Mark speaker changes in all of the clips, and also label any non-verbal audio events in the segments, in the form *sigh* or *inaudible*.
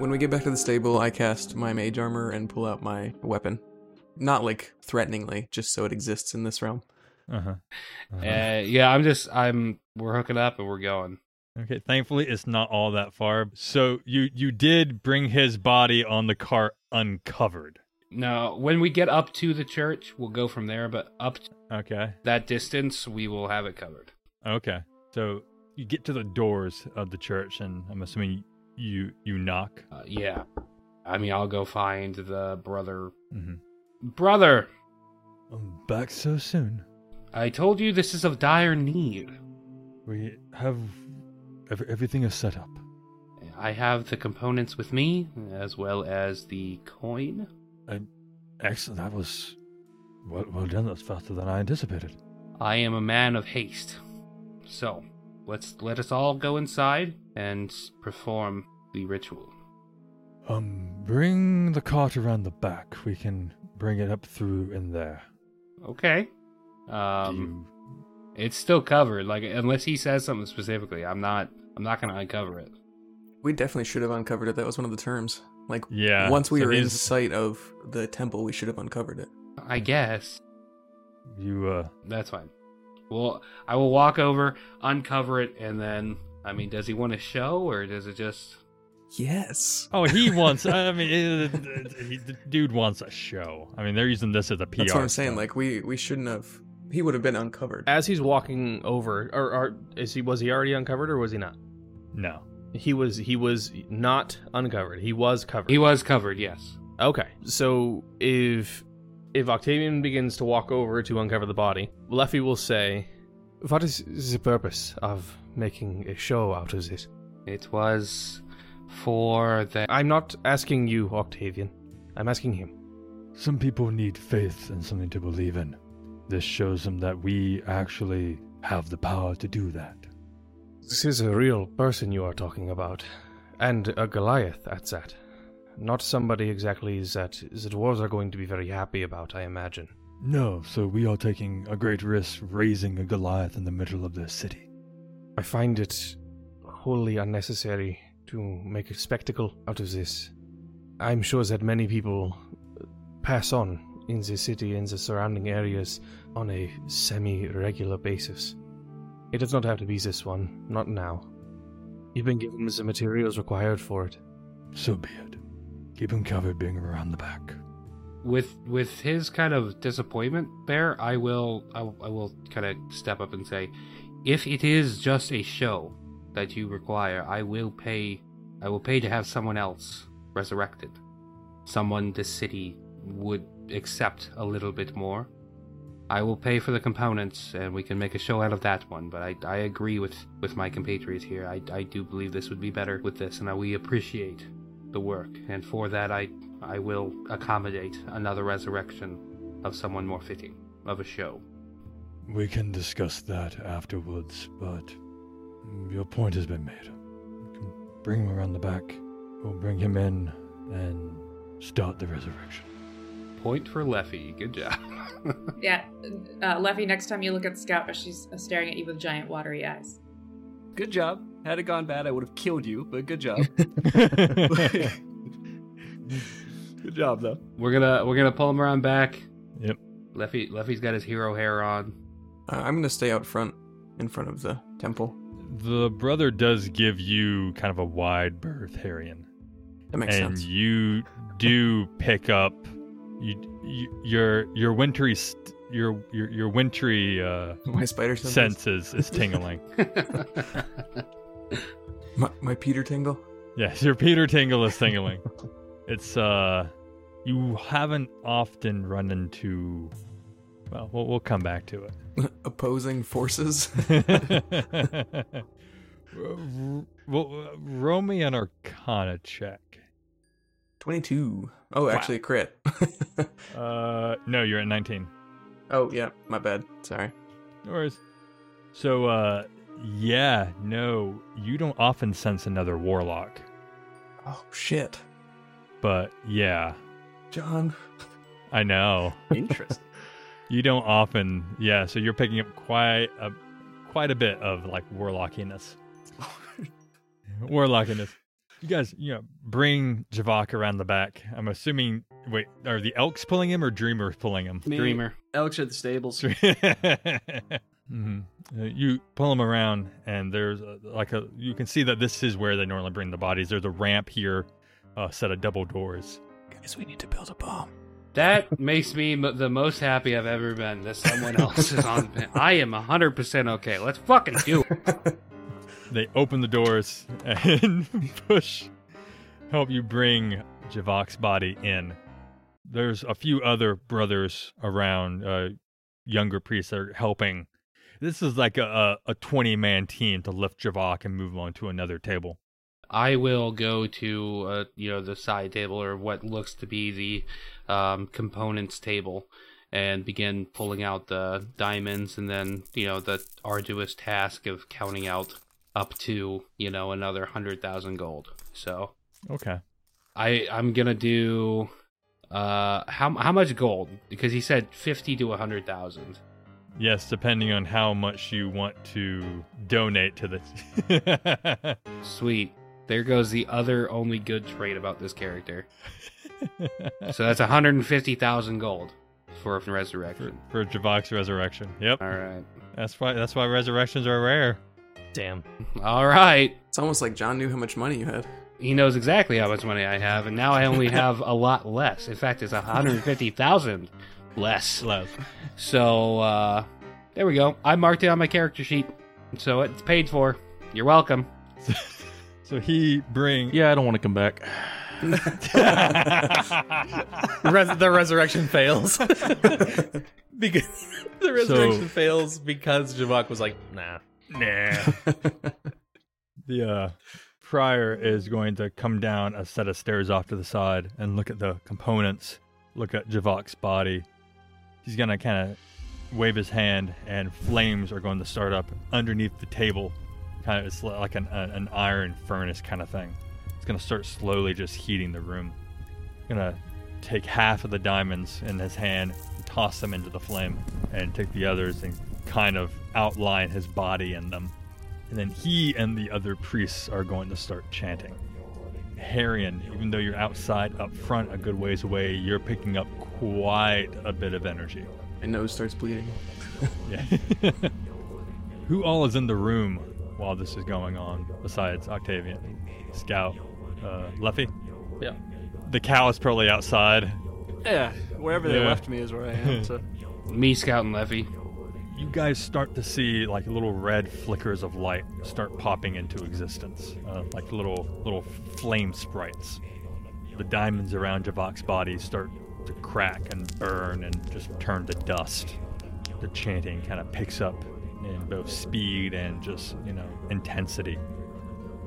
Speaker 1: we get back to the stable, I cast my mage armor and pull out my weapon. Not like threateningly, just so it exists in this realm.
Speaker 2: Uh-huh. Uh-huh.
Speaker 3: Uh, yeah, I'm just I'm we're hooking up and we're going.
Speaker 2: Okay, thankfully it's not all that far. So you you did bring his body on the cart uncovered.
Speaker 3: No, when we get up to the church, we'll go from there. But up to
Speaker 2: Okay.
Speaker 3: that distance, we will have it covered.
Speaker 2: Okay. So you get to the doors of the church and I'm assuming you you knock.
Speaker 3: Uh, yeah, I mean I'll go find the brother.
Speaker 2: Mm-hmm.
Speaker 3: Brother,
Speaker 2: I'm Um, back so soon.
Speaker 3: I told you this is of dire need.
Speaker 2: We have every, everything is set up.
Speaker 3: I have the components with me, as well as the coin.
Speaker 2: Excellent. That was well, well done. That's faster than I anticipated.
Speaker 3: I am a man of haste. So, let's let us all go inside and perform the ritual.
Speaker 2: Um, bring the cart around the back. We can bring it up through in there.
Speaker 3: Okay. Um it's still covered like unless he says something specifically. I'm not I'm not going to uncover it.
Speaker 1: We definitely should have uncovered it. That was one of the terms. Like
Speaker 2: You, yeah.
Speaker 1: once we
Speaker 2: so
Speaker 1: were in
Speaker 2: these-
Speaker 1: sight of the temple, we should have uncovered it.
Speaker 3: I guess
Speaker 2: you uh,
Speaker 3: that's fine. Well, I will walk over, uncover it and then I mean, does he want to show or does it just
Speaker 1: Yes.
Speaker 2: oh, *laughs* he wants. I mean, it, it- he- the dude wants a show. I mean, they're using this as a PR.
Speaker 1: That's what I'm saying.
Speaker 2: stunt.
Speaker 1: Like we we shouldn't have. He would have been uncovered.
Speaker 4: As he's walking over, or, or is he was he already uncovered or was he not?
Speaker 2: no.
Speaker 4: He was he was not uncovered. He was covered.
Speaker 3: He was covered, yes.
Speaker 4: Okay. So if if Octavian begins to walk over to uncover the body, Leffy will say, "What is the purpose of making a show out of this?
Speaker 3: It was for the
Speaker 4: I'm not asking you, Octavian. I'm asking him.
Speaker 2: Some people need faith and something to believe in. This shows them that we actually have the power to do that.
Speaker 4: This is a real person you are talking about, and a Goliath at that. Not somebody exactly that the dwarves are going to be very happy about, I imagine."
Speaker 2: No, so we are taking a great risk raising a Goliath in the middle of this city.
Speaker 4: I find it wholly unnecessary to make a spectacle out of this. I'm sure that many people uh, pass on in the city and the surrounding areas on a semi regular basis. It does not have to be this one, not now. You've been given the materials required for it.
Speaker 2: So be it. Keep him covered, bring him around the back.
Speaker 3: with with his kind of disappointment there i will i, I will kind of step up and say if it is just a show that you require i will pay i will pay to have someone else resurrected someone the city would accept a little bit more i will pay for the components and we can make a show out of that one but i, I agree with with my compatriots here I, I do believe this would be better with this and I, we appreciate the work and for that i I will accommodate another resurrection of someone more fitting of a show.
Speaker 2: We can discuss that afterwards, but your point has been made. We can bring him around the back. We'll bring him in and start the resurrection.
Speaker 3: Point for Leffy. Good job. *laughs*
Speaker 5: Yeah, uh, Leffy. Next time you look at Scout, but she's uh, staring at you with giant watery eyes.
Speaker 6: Good job. Had it gone bad, I would have killed you, but good job. good job, though.
Speaker 3: we're gonna we're gonna pull him around back.
Speaker 2: Yep.
Speaker 3: Leffy Leffy's got his hero hair on. *laughs*
Speaker 1: Uh, I'm gonna stay out front, in front of the temple.
Speaker 2: the brother does give you kind of a wide berth, Harrion.
Speaker 1: That makes
Speaker 2: and
Speaker 1: sense.
Speaker 2: you do pick up you, you your your wintry st- your your your wintry uh,
Speaker 1: My spider senses.
Speaker 2: senses is tingling.
Speaker 1: My, my Peter tingle. *laughs*
Speaker 2: yes, your Peter tingle is tingling. it's uh, you haven't often run into. Well, we'll, we'll come back to
Speaker 1: Opposing forces. *laughs*
Speaker 2: it. *laughs* Ro- ro- roll me an Arcana check.
Speaker 1: Twenty-two. Oh, actually, crit. *laughs*
Speaker 2: Uh, no, you're at 19.
Speaker 1: oh yeah, my bad. Sorry.
Speaker 2: No worries. So, uh, yeah, no, you don't often sense another warlock,
Speaker 1: Oh shit,
Speaker 2: but yeah,
Speaker 1: John.
Speaker 2: I know
Speaker 6: Interesting.
Speaker 2: you don't often. Yeah, so you're picking up quite a quite a bit of like warlockiness, warlockiness. You guys, you know, bring Javak around the back. I'm assuming. Wait, are the elks pulling him or Dreamer pulling him? *laughs*
Speaker 6: Me,
Speaker 3: Dreamer.
Speaker 6: Elks at the stables.
Speaker 2: Mhm. Uh, you pull them around, and there's uh like a. You can see that this is where they normally bring the bodies. There's a ramp here, a set of double doors.
Speaker 1: Guys, we need to build a bomb.
Speaker 3: That makes me m- the most happy I've ever been that someone else is on. I am 100% okay. Let's fucking do it.
Speaker 2: They open the doors and *laughs* push, help you bring Javak's body in. There's a few other brothers around, uh, younger priests that are helping. This is like a, a, a 20 man team to lift Javak and move on to another table.
Speaker 3: I will go to, uh, you know, the side table or what looks to be the um, components table and begin pulling out the diamonds and then, you know, the arduous task of counting out up to, you know, another 100,000 gold. So
Speaker 2: Okay.
Speaker 3: I, I'm going to do. Uh, how how much gold? Because he said fifty to a hundred thousand.
Speaker 2: Yes, depending on how much you want to donate to the.
Speaker 3: Sweet. There goes the other only good trait about this character. So that's 150,000 gold for
Speaker 2: *laughs*
Speaker 3: a
Speaker 2: for,
Speaker 3: resurrection.
Speaker 2: for Javak's resurrection. Yep.
Speaker 3: All right.
Speaker 2: That's why that's why resurrections are rare.
Speaker 4: Damn.
Speaker 3: All right.
Speaker 1: It's almost like John knew how much money you had.
Speaker 3: He knows exactly how much money I have, and now I only have a lot less. In fact, it's 150,000 less.
Speaker 2: Love.
Speaker 3: So, uh, there we go. I marked it on my character sheet, so it's paid for. You're welcome.
Speaker 2: So he bring
Speaker 4: Yeah, I don't want to
Speaker 7: *laughs*
Speaker 4: come back.
Speaker 7: Res- the resurrection
Speaker 2: *laughs*
Speaker 7: fails because the resurrection
Speaker 2: So-
Speaker 7: fails because Javak was like, "Nah,
Speaker 2: nah. the uh, prior is going to come down a set of stairs off to the side and look at the components. Look at Javak's body. He's gonna kind of wave his hand, and flames are going to start up underneath the table. Kind of, it's li- like an, an an iron furnace kind of thing. It's gonna start slowly just heating the room. gonna take half of the diamonds in his hand, toss them into the flame, and take the others and kind of outline his body in them. And then he and the other priests are going to start chanting. Harrion, even though you're outside up front a good ways away, you're picking up quite a bit of energy.
Speaker 1: My nose starts bleeding.
Speaker 2: Yeah. Who all is in the room while this is going on besides Octavian, Scout, uh, Luffy?
Speaker 7: Yeah.
Speaker 2: The cow is probably outside.
Speaker 6: Yeah, wherever they
Speaker 2: Yeah.
Speaker 6: left me is where I am.
Speaker 8: *laughs*
Speaker 6: So
Speaker 3: Me, Scout, and Levy.
Speaker 2: you guys start to see like little red flickers of light start popping into existence, uh, like little little flame sprites. The diamonds around Javak's body start to crack and burn and just turn to dust. The chanting kind of picks up in both speed and just you know intensity.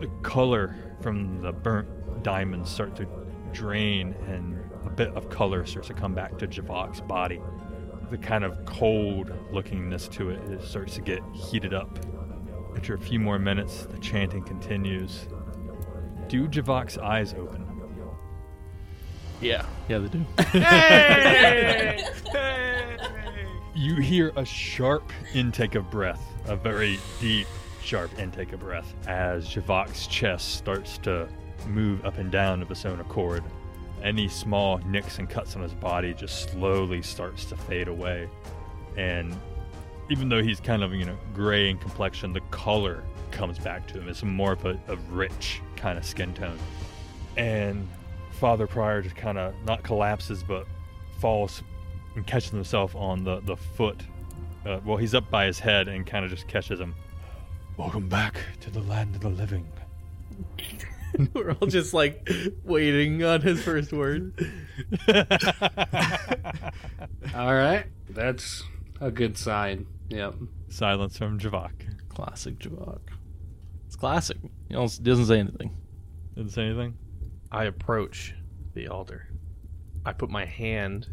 Speaker 2: The color from the burnt diamonds start to drain, and a bit of color starts to come back to Javak's body the kind of cold lookingness to it, it starts to get heated up. After a few more minutes, the chanting continues. Do Javak's eyes open?
Speaker 7: yeah."
Speaker 4: Yeah, they do.
Speaker 2: You hear a sharp intake of breath, a very deep, sharp intake of breath, as Javak's chest starts to move up and down of its own accord. Any small nicks and cuts on his body just slowly starts to fade away. And even though he's kind of, you know, gray in complexion, the color comes back to him. It's more of a, a rich kind of skin tone. And Father Pryor just kind of not collapses, but falls and catches himself on the, the foot. Uh, well, he's up by his head and kind of just catches him.
Speaker 9: Welcome back to the land of the living.
Speaker 7: *laughs* We're all just like waiting on his first word.
Speaker 3: All right. That's a good sign. Yep.
Speaker 2: Silence from Javak.
Speaker 7: Classic Javak. It's classic. He almost doesn't say anything.
Speaker 2: Didn't say anything?
Speaker 4: I approach the altar. I put my hand,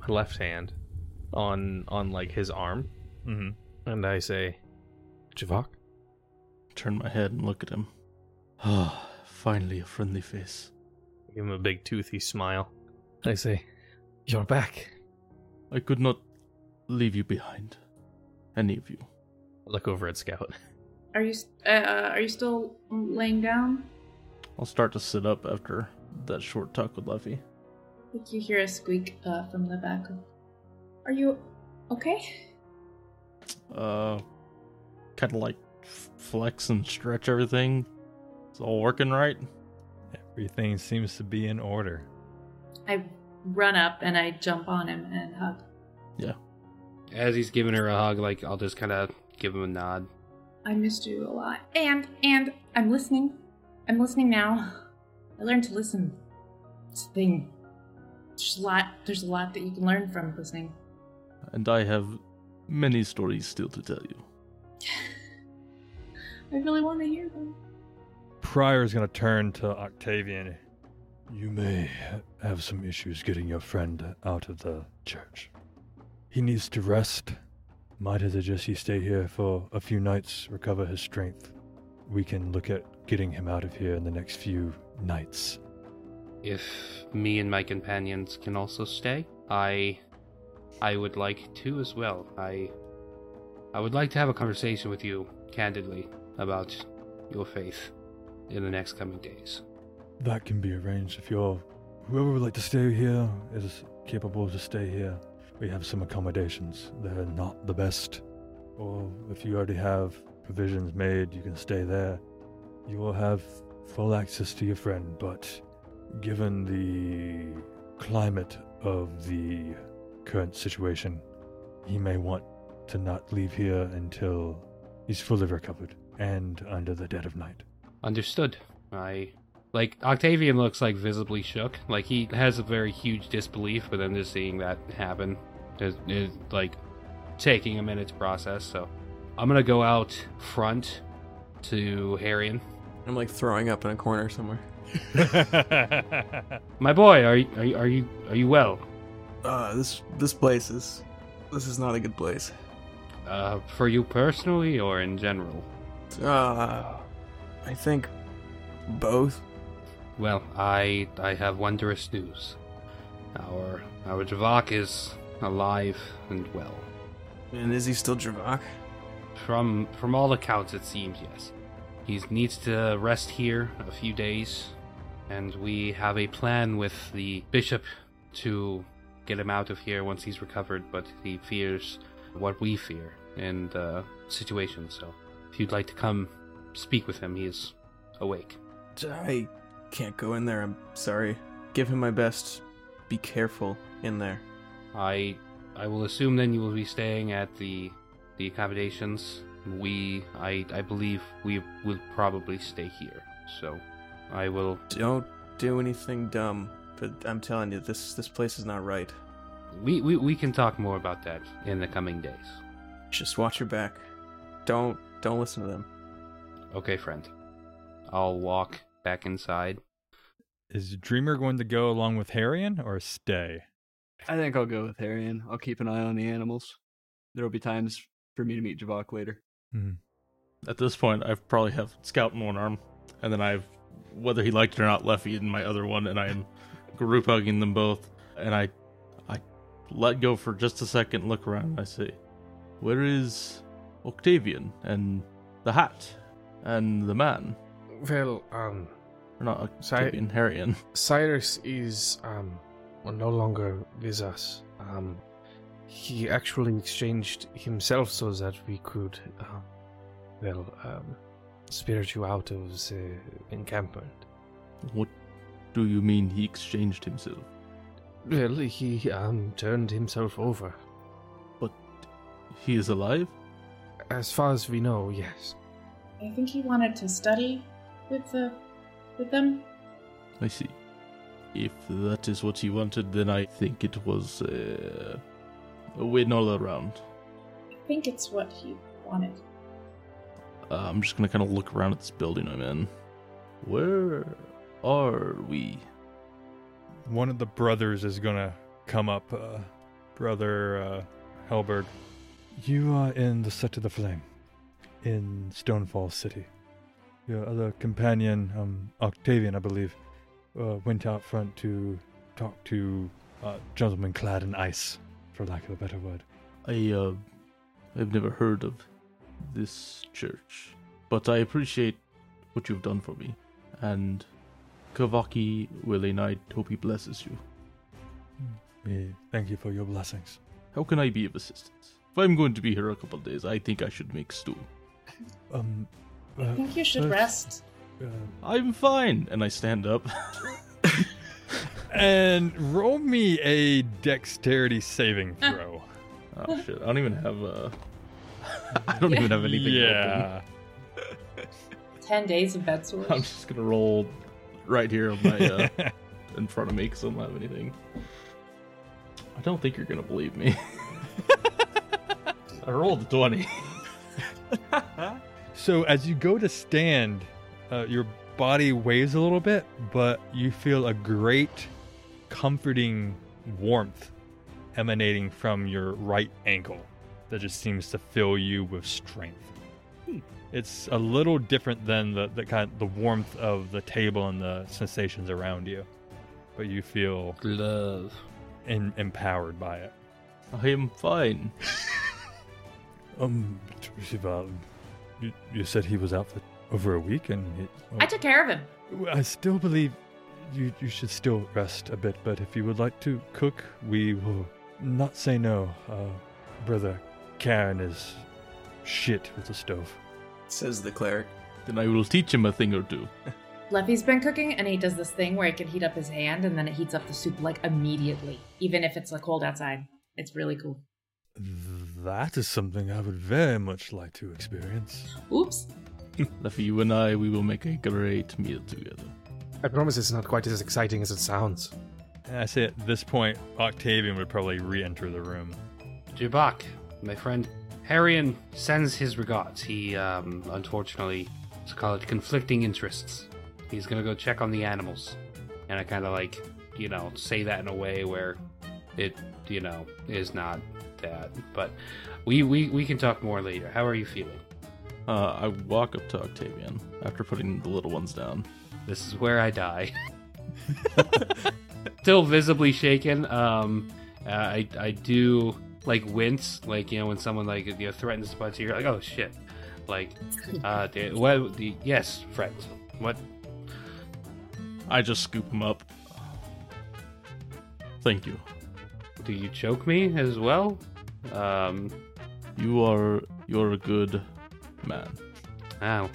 Speaker 4: my left hand, on on like his arm,
Speaker 2: Mm-hmm.
Speaker 4: and I say, "Javak."
Speaker 7: Turn my head and look at him.
Speaker 8: Ah, finally a friendly face.
Speaker 4: Give him a big toothy smile. I say, "You're back."
Speaker 8: I could not leave you behind. Any of you.
Speaker 4: Look over at Scout. *laughs*
Speaker 5: Are you s- uh, uh, are you still laying down?
Speaker 8: I'll start to sit up after that short talk with Luffy.
Speaker 5: think you hear a squeak uh, from the back. of- Are you okay?
Speaker 8: Uh, kind of like f- flex and stretch everything. It's all working right.
Speaker 10: Everything seems to be in order.
Speaker 5: I run up and I jump on him and hug.
Speaker 3: As he's giving her a hug, like I'll just kind of give him a nod.
Speaker 5: I missed you a lot. And and I'm listening. I'm listening now. I learned to listen. It's a thing. There's a lot. There's a lot that you can learn from listening.
Speaker 8: And I have many stories still to tell you.
Speaker 5: I really want to hear them.
Speaker 10: Pryor is going to turn to Octavian.
Speaker 2: You may have some issues getting your friend out of the church. He needs to rest. Might as well just he stay here for a few nights, recover his strength. We can look at getting him out of here in the next few nights.
Speaker 3: If me and my companions can also stay, I, I would like to as well. I, I would like to have a conversation with you candidly about your faith in the next coming days.
Speaker 2: That can be arranged if you're. Whoever would like to stay here is capable to stay here. We have some accommodations. They're not the best. Or if you already have provisions made, you can stay there. You will have full access to your friend, but given the climate of the current situation, he may want to not leave here until he's fully recovered and under the dead of night.
Speaker 3: Understood. I like Octavian looks like visibly shook. Like he has a very huge disbelief, but then just seeing that happen is, is like taking a minute to process. So I'm gonna go out front to Harrion.
Speaker 1: I'm like throwing up in a corner somewhere.
Speaker 3: My boy, are you, are you are you are you well?
Speaker 1: Uh, this this place is this is not a good place.
Speaker 3: Uh, for you personally or in general?
Speaker 1: Uh, I think both.
Speaker 3: Well, I I have wondrous news. Our our Javak is alive and well.
Speaker 1: And is he still Javak?
Speaker 3: From from all accounts, it seems yes. He needs to rest here a few days, and we have a plan with the bishop to get him out of here once he's recovered. But he fears what we fear in the situation. So, if you'd like to come speak with him, he is awake.
Speaker 1: I can't go in there. I'm sorry. Give him my best. Be careful in there.
Speaker 3: I I will assume then you will be staying at the the accommodations. We I I believe we will probably stay here. So, I will
Speaker 1: Don't do anything dumb. But I'm telling you, this this place is not right.
Speaker 3: We, we we can talk more about that in the coming days.
Speaker 1: Just watch your back. Don't don't listen to them.
Speaker 3: Okay, friend. I'll walk back inside.
Speaker 10: Is Dreamer going to go along with Harrion or stay?
Speaker 6: I think I'll go with Harrion. I'll keep an eye on the animals. There'll be times for me to meet Javok later.
Speaker 8: At this point, I probably have Scout in one arm, and then I've, whether he liked it or not, Leffy in my other one, and I am group hugging them both. And I, I let go for just a second, look around, and I say, "Where is Octavian and the hat and the man?
Speaker 4: Well, um,
Speaker 8: Or not
Speaker 4: So I-
Speaker 8: Octavian, Harrion."
Speaker 4: Cyrus is um well, no longer with us. Um, he actually exchanged himself so that we could, um, well, um, spirit you out of the encampment.
Speaker 8: What do you mean he exchanged himself?
Speaker 4: Well, he um turned himself over.
Speaker 8: But he is alive.
Speaker 4: As far as we know, yes.
Speaker 5: I think he wanted to study with the with them.
Speaker 8: I see. If that is what he wanted, then I think it was uh, a win all around.
Speaker 5: I think it's what he wanted.
Speaker 8: Uh, I'm just gonna kind of look around at this building I'm in. Where are we?
Speaker 10: One of the brothers is going to come up. Uh, brother uh, Helberg.
Speaker 2: You are in the set of the flame in Stonefall City. Your other companion, um, Octavian, I believe, uh, went out front to talk to a gentleman clad in ice, for lack of a better word.
Speaker 8: I uh, I've never heard of this church, but I appreciate what you've done for me, and Kavaki Willing, I hope he blesses you.
Speaker 9: We thank you for your blessings.
Speaker 8: How can I be of assistance? If I'm going to be here a couple of days, I think I should make stew.
Speaker 9: Um,
Speaker 5: I
Speaker 9: uh,
Speaker 5: think you should
Speaker 9: first,
Speaker 5: rest.
Speaker 9: uh,
Speaker 8: I'm fine. And I stand up. *laughs*
Speaker 2: And roll me a dexterity saving
Speaker 8: Ah.
Speaker 2: throw.
Speaker 8: oh shit! I don't even have a. *laughs* I don't even have anything.
Speaker 2: yeah.
Speaker 5: Ten days of bed sores.
Speaker 8: Open. I'm just gonna roll right here on my
Speaker 2: *laughs*
Speaker 8: uh, in front of me because I don't have anything. I don't think you're gonna believe me. *laughs* I rolled a twenty.
Speaker 2: So as you go to stand, uh, your body waves a little bit, but you feel a great, comforting warmth emanating from your right ankle that just seems to fill you with strength. It's a little different than the, the kind the warmth of the table and the sensations around you, but you feel
Speaker 3: Love.
Speaker 2: em- empowered by it.
Speaker 8: I am fine.
Speaker 9: um,
Speaker 2: Shiva, you, you said he was out for over a week, and he, oh.
Speaker 5: I took care of him.
Speaker 9: I
Speaker 2: I still believe you, you should still rest a bit, but if you would like to cook, we will not say no. Uh, Brother Karen is shit with the stove.
Speaker 1: Says the cleric.
Speaker 8: Then I will teach him a thing or two.
Speaker 5: Leffy's been cooking, and he does this thing where he can heat up his hand, and then it heats up the soup like immediately, even if it's like cold outside. It's really cool.
Speaker 9: that is something I would very much like to experience.
Speaker 5: Oops.
Speaker 8: Luffy, you and I, we will make a great meal together.
Speaker 4: I promise it's not quite as exciting as it sounds.
Speaker 2: And I say at this point, Octavian would probably re enter the room.
Speaker 3: Jabak, my friend. Harrion sends his regards. He, um, unfortunately, let's call it conflicting interests. He's gonna go check on the animals. And I kind of like, you know, say that in a way where it, you know, is not that. But we, we, we can talk more later. How are you feeling?
Speaker 8: Uh, I walk up to Octavian after putting the little ones down.
Speaker 3: This is where I die. *laughs* Still visibly shaken. Um, uh, I I do like wince, like you know when someone like you know threatens to punch you, you're like oh shit, like uh, the, what? The, yes, friend. What?
Speaker 8: I just scoop him up. Thank you.
Speaker 3: Do you choke me as well? Um,
Speaker 8: You are you're a good man.
Speaker 3: ow,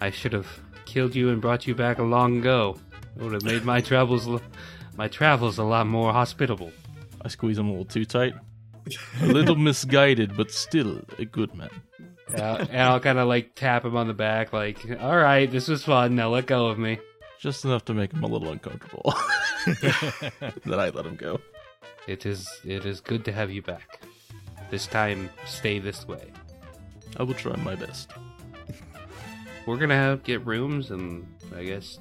Speaker 3: I should have killed you and brought you back a long ago. It would have made my travels, l- my travels a lot more hospitable.
Speaker 8: I squeeze him a little too tight. A little misguided, but still a good man.
Speaker 3: Uh, and I'll kind of like tap him on the back, like, all right, this was fun. Now let go of me.
Speaker 8: Just enough to make him a little
Speaker 7: *laughs*
Speaker 8: uncomfortable. then I let him go.
Speaker 3: It is it is good to have you back. This time, stay this way.
Speaker 8: I will try my best.
Speaker 3: We're gonna have get rooms, and I guess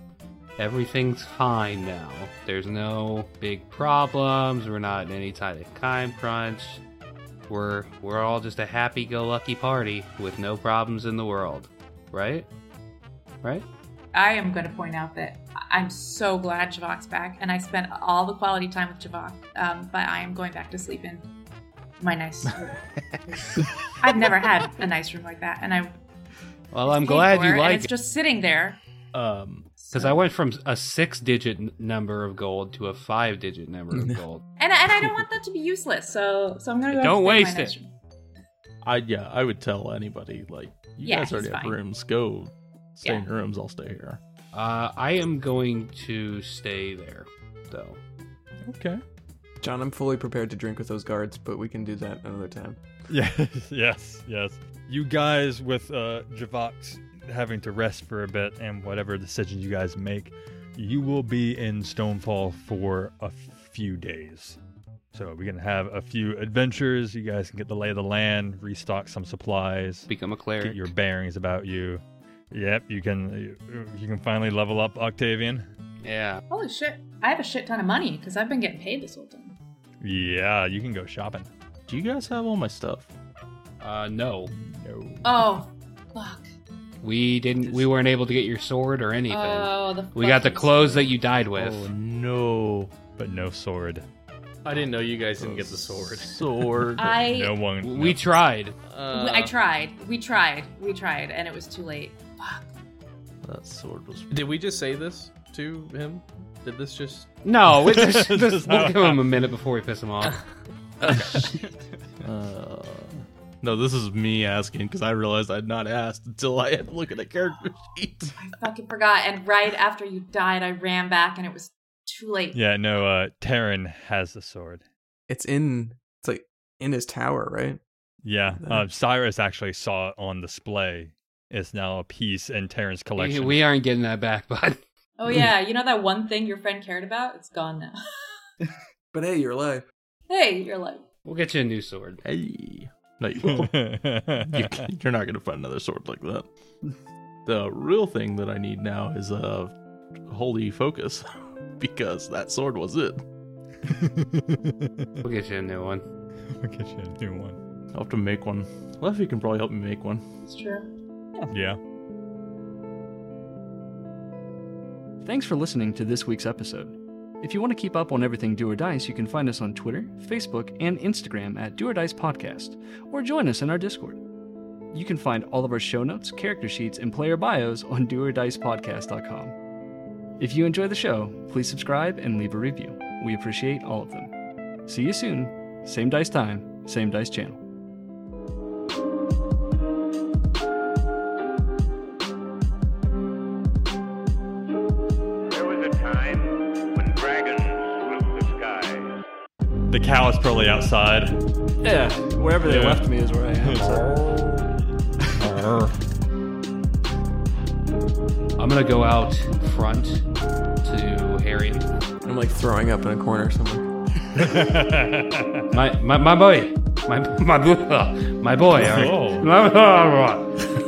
Speaker 3: everything's fine now. There's no big problems. We're not in any kind of time crunch. We're we're all just a happy-go-lucky party with no problems in the world, right? Right?
Speaker 5: I am going to point out that I- I'm so glad Javak's back, and I spent all the quality time with Javak, um, but I am going back to sleep in my nice room. I've never had a nice room like that, and I.
Speaker 3: Well, I'm glad you
Speaker 5: and
Speaker 3: like
Speaker 5: It's
Speaker 3: it
Speaker 5: just sitting there.
Speaker 8: Um,
Speaker 3: because I went from a six-digit n- number of gold to a five-digit number of gold.
Speaker 5: And, and I don't want that to be useless, so so I'm going to go.
Speaker 3: Don't
Speaker 5: and sleep in
Speaker 3: waste
Speaker 5: my nice
Speaker 3: it.
Speaker 5: room.
Speaker 8: I yeah, I would tell anybody like you
Speaker 5: Yeah,
Speaker 8: guys already
Speaker 5: he's
Speaker 8: have
Speaker 5: fine.
Speaker 8: rooms. Go stay in
Speaker 5: Yeah.
Speaker 8: your rooms. I'll stay here.
Speaker 3: Uh, I am going to stay there, though.
Speaker 2: Okay.
Speaker 1: John, I'm fully prepared to drink with those guards, but we can do that another time.
Speaker 2: Yes, *laughs* yes, yes. You guys with uh, Javox having to rest for a bit and whatever decision you guys make, you will be in Stonefall for a few days. So we can have a few adventures. You guys can get the lay of the land, restock some supplies,
Speaker 3: Become a cleric.
Speaker 2: get your bearings about you. Yep, you can uh, you can finally level up Octavian.
Speaker 3: Yeah.
Speaker 5: Holy shit! I have a shit ton of money because I've been getting paid this whole time.
Speaker 2: Yeah, you can go shopping.
Speaker 8: Do you guys have all my stuff?
Speaker 3: Uh, no,
Speaker 2: No.
Speaker 5: Oh, fuck!
Speaker 3: we didn't. We weren't able to get your sword or anything.
Speaker 5: Oh, the.
Speaker 3: we got the
Speaker 5: fucking
Speaker 3: clothes that
Speaker 5: sword.
Speaker 3: you died with.
Speaker 8: Oh no!
Speaker 2: But no sword.
Speaker 7: I didn't know you guys didn't get the sword.
Speaker 5: *laughs*
Speaker 8: Sword.
Speaker 5: I
Speaker 2: No one. no.
Speaker 3: we tried.
Speaker 7: Uh,
Speaker 5: I tried. We tried. We tried, and it was too late.
Speaker 8: that sword was
Speaker 7: Did we just say this? to him? Did this just?
Speaker 3: No, we just,
Speaker 2: This is how
Speaker 3: we'll
Speaker 2: it
Speaker 3: give him a minute before we piss him off.
Speaker 8: Uh, no, this is me asking because I realized I'd not asked until I had to look at a character *laughs* sheet.
Speaker 5: I fucking forgot. And right after you died, I ran back, and it was too late.
Speaker 2: Yeah, no, uh, Taryn has the sword.
Speaker 1: It's in it's like in his tower, right?
Speaker 2: Yeah, uh, Cyrus actually saw it on display. It's now a piece in Taryn's collection. *laughs*
Speaker 3: We *laughs* aren't getting that back, bud.
Speaker 5: Oh yeah, you know that one thing your friend cared about? It's gone now. *laughs*
Speaker 1: But hey, you're alive.
Speaker 5: hey, you're like,
Speaker 3: *laughs* We'll get you a new sword.
Speaker 8: Hey, no, you
Speaker 2: *laughs*
Speaker 8: won't. you, you're not gonna find another sword like that. The real thing that I need now is uh, holy focus, *laughs* because that sword was it.
Speaker 3: We'll get you a new one.
Speaker 2: We'll get you a new one.
Speaker 8: I'll have to make one. Leffy can probably help me make one.
Speaker 5: it's true.
Speaker 2: Yeah.
Speaker 6: Thanks for listening to this week's episode. If you want to keep up on everything Do or Dice, you can find us on Twitter, Facebook, and Instagram at Do or Dice Podcast, or join us in our Discord. You can find all of our show notes, character sheets, and player bios on doordicepodcast.com. If you enjoy the show, please subscribe and leave a review. We appreciate all of them. See you soon. Same dice time, same dice channel.
Speaker 11: There was a time when dragons ruled the skies.
Speaker 2: The cow is probably outside.
Speaker 6: Yeah, wherever
Speaker 2: they Yeah. left
Speaker 6: me is where I am.
Speaker 3: I'm gonna go out front to Harriet.
Speaker 1: I'm like throwing up in a corner somewhere.
Speaker 2: *laughs*
Speaker 3: My my, my boy, my my my boy. All right.